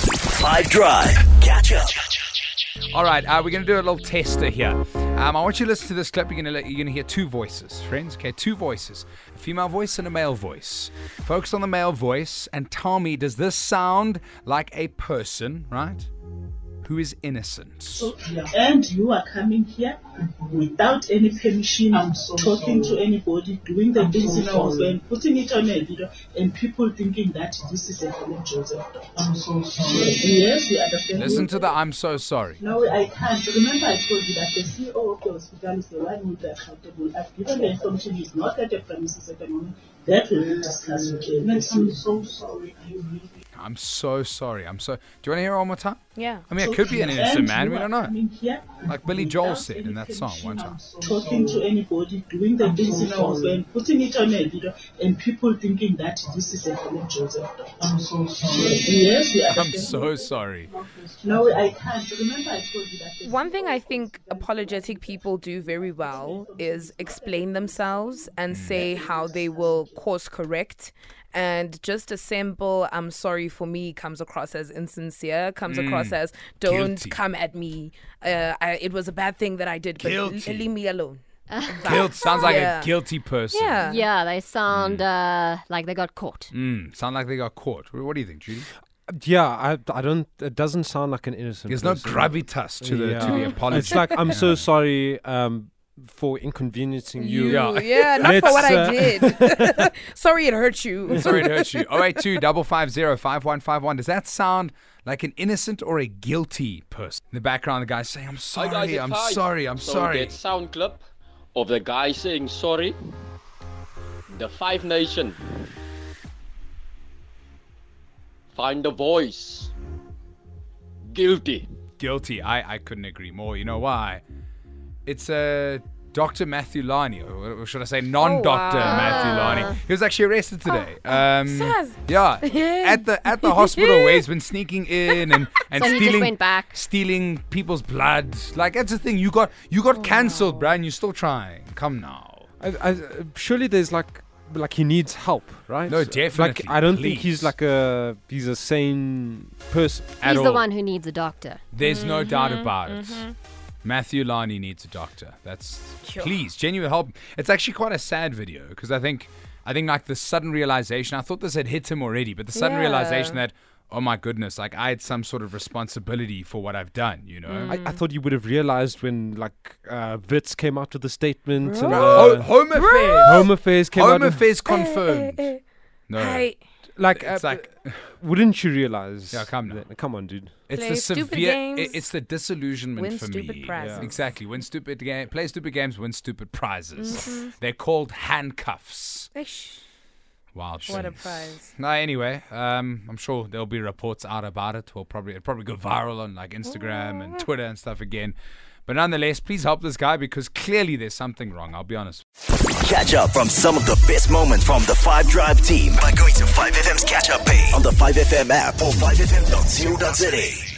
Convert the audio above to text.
Five Drive. Catch up. All right, uh, we're going to do a little tester here. Um, I want you to listen to this clip. You're going to you're going to hear two voices, friends. Okay, two voices: a female voice and a male voice. Focus on the male voice and tell me, does this sound like a person, right, who is innocent? And you are coming here without any permission, talking to anybody, doing the things in our way, and putting it on a video, and people thinking that this is a Helen Joseph. I'm so sorry. Yes, we understand. Listen to the "I'm so sorry." No, I can't. Remember, I told you that the CEO of the hospital is the one who is accountable. I've given the information. He's not at the premises at the moment. That we will discuss. Okay. I'm so sorry. I really I'm so sorry. I'm so. Do you want to hear it one more time? Yeah. I mean, it could be an innocent man. We don't know. Like Like Billy Joel said in that song one time. Talking to anybody, doing the things in our way, and putting it on a video, and people thinking that this is a Helen Joseph. I'm so sorry. Yes, we I'm understand. so sorry. No, I can't. Remember, I told you that. the One thing I think apologetic people do very well is explain themselves Mm. and say how they will course correct. And just a simple I'm sorry for me comes across as insincere, comes across as don't Mm. Guilty. come at me. Uh, I, it was a bad thing that I did, but l- Guilty. leave me alone. Guilt sounds like Yeah. a guilty person. Yeah. Yeah, they sound uh, like they got caught. Mm, sound like they got caught. What do you think, Judy? Yeah, I I don't. It doesn't sound like an innocent. There's no person. gravitas to the to the Yeah. apology. It's like I'm so sorry um, for inconveniencing you. Yeah. yeah, not for Let's, what I uh, did. sorry it hurt you. Sorry to hurt you. 082 550 5151. Does that sound like an innocent or a guilty person? In the background, the guy's saying, I'm Hi, guys, sorry, it's I'm Hyde. sorry, I'm so sorry. That sound clip of the guy saying sorry. The Five Nation. Find a voice. Guilty. Guilty. I, I couldn't agree more. You know why? It's a. Dr. Matthew Lani, or should I say non Dr. Oh, wow. Matthew Lani. He was actually arrested today. um, Saz. yeah, at the at the hospital where he's been sneaking in and, and So he just stealing went back. stealing people's blood. Like that's the thing. You got you Oh, got cancelled, bruh, and you're still trying. Come now. I, I, surely there's like like he needs help, right? No, Like definitely, I don't think please. he's like a he's a sane person. At He's all. the one who needs a doctor. There's no doubt Mm-hmm, about it. Matthew Lani needs a doctor. That's Sure. please genuine help. It's actually quite a sad video because I think I think like the sudden realization. I thought this had hit him already, but the sudden Yeah. realization that oh my goodness, like I had some sort of responsibility for what I've done. You know. Mm. I, I thought you would have realized when like uh, Vitz came out with the statement and Ho- uh, home affairs. Home Affairs came Home out. with- affairs confirmed. No. Hi. Like, It's uh, like wouldn't you realize? Yeah, come now. that- Come on, dude. it's Play the stupid severe. i- games, it's the disillusionment win for stupid me. prizes. Yeah. Exactly. Win stupid game. Play stupid games. Win stupid prizes. Mm-hmm. They're called handcuffs. Eish, Wild. What a things. prize. No, anyway, um, I'm sure there'll be reports out about it. We'll probably it'll probably go viral on like Instagram and Twitter and stuff again. But nonetheless, please help this guy because clearly there's something wrong. I'll be honest. Catch up from some of the best moments from the Five Drive team by going to 5FM's catch up page on the 5FM app or 5FM.co.za.